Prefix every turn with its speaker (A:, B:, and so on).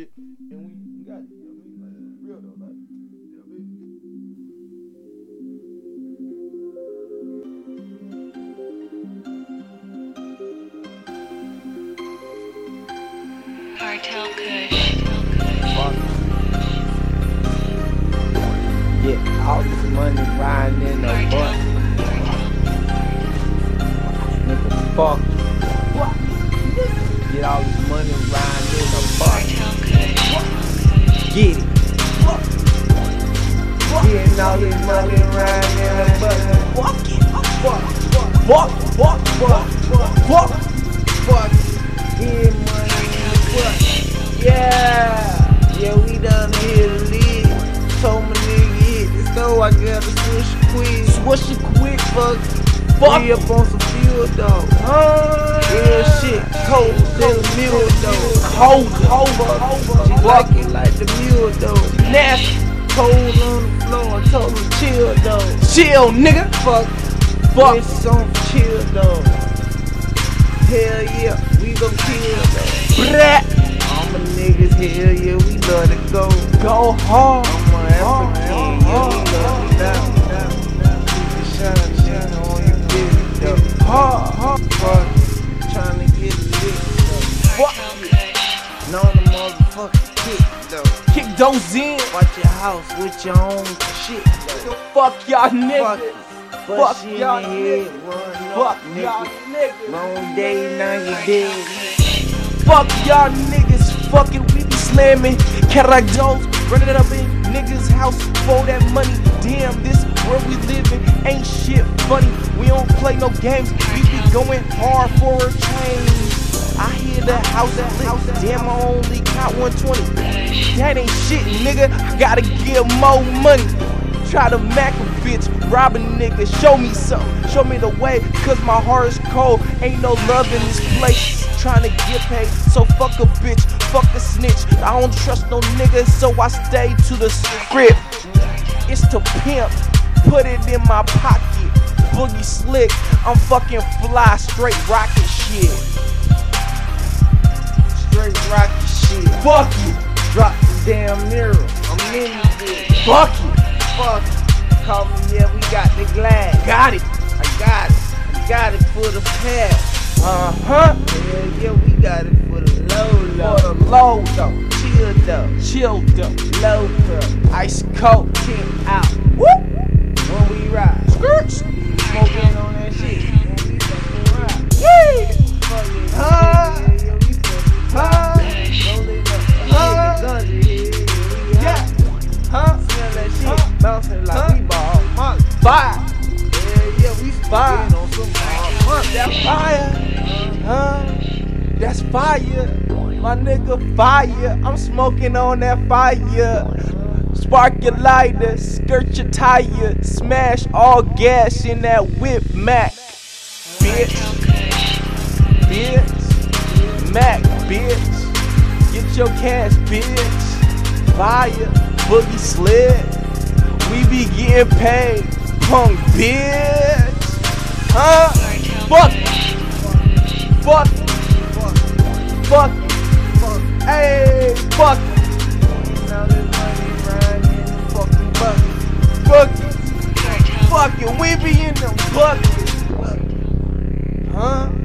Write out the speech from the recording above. A: shit, and we we got, you know what I mean? Like, it's real though, like, you know what I mean?
B: Cartel Kush.
C: Get all this money riding in the
B: Cartel.
C: bus. Nigga, fuck. Fuck. Get all this money riding in the bus.
B: Cartel Kush.
C: Get it. Fuck. Getting all this money riding in the bus. Fuck it. Fuck. Fuck. Fuck. Fuck. Fuck. Fuck. Getting money in the bus. Yeah, yeah, we done hit a lid. Told my nigga hit the store, I gotta swish it quick. Swish it quick, fuck. Fuck. We up on some fuel though. Real shit, cold than a mule though. Cold, cold, cold. She like it like the mule though. Nasty, cold on the floor. Told her chill though. Chill, nigga. Fuck, fuck. It's on chill though. Hell yeah, we gon' kill though. Brat. All my niggas here, yeah, we love to go. Go hard. I'm an African, yeah, we love to down, down, down. Keep it shining, shining on your business, though. Hard, hard, hard. Tryna get lit, though.
B: Cartel Kush.
C: Know the motherfucking kick, though. Kick those in. Watch your house with your own shit, though.
D: Fuck y'all
C: Fuck,
D: niggas.
C: fuck,
D: Fuck
C: fuck y'all
D: y'all
C: niggas. Fuck
D: Fuck
C: y'all
D: y'all niggas.
C: Long day, now you
B: Cartel
C: dead.
B: Kush.
D: Fuck y'all niggas. Fuck it, we be slamming. Cadillac doors, running up in niggas' house for that money. Damn, this where we living ain't shit funny. We don't play no games. We be going hard for a change. I hear the house that house. Damn, I only caught 120. That ain't shit, nigga. I gotta give more money. Try to mack a bitch, rob a nigga. Show me something, show me the way. Cause my heart is cold, ain't no love in this place. Tryna get paid, so fuck a bitch, fuck a snitch. I don't trust no nigga, so I stay to the script. It's to pimp, put it in my pocket. Boogie slick, I'm fucking fly, straight rocket shit.
C: Straight rocket shit.
D: Fuck it,
C: Drop the damn mirror. I'm in
B: Cartel Kush.
D: fuck it,
C: fuck. Call me, yeah, we got the glass.
D: got it.
C: I got it. I got it for the pass.
D: Uh huh.
C: Hell yeah, we got it for the low
D: For the
C: low.
D: low though,
C: Chill though,
D: chilled up,
C: low though.
D: ice cold.
C: Kick out
D: Woo!
C: when we ride.
D: Skirts!
C: Smoking on that shit. When we fucking ride.
D: Yee!
C: Fuck it.
D: Ah.
C: Hell yeah, we fucking
D: Huh?
C: rolling up.
D: Ah.
C: Shit, the dungeon, yeah, we
D: Yeah!
C: hot.
D: Huh?
C: Smell that shit.
D: Ah.
C: Bouncing like
D: Ah.
C: we ball. Monk.
D: Fire!
C: Hell yeah, we
D: Fire.
C: spitting on some ball. Monk.
D: That fire! Huh? That's fire! My nigga, fire! I'm smoking on that fire! Spark your lighter, skirt your tire, smash all gas in that whip, Mac. Bitch!
B: Cartel Kush.
D: bitch. Mac, bitch. Get your cash, bitch. Fire, boogie slid. We be getting paid, punk bitch. Huh?
B: Cartel
D: Fuck.
B: Kush.
D: Fuck. Fuck. Fuck. Hey, fuck.
C: Now this money riding in the fucking bucket.
D: Fuck.
B: Cartel
D: Fuck it. We be in them buckets. Huh?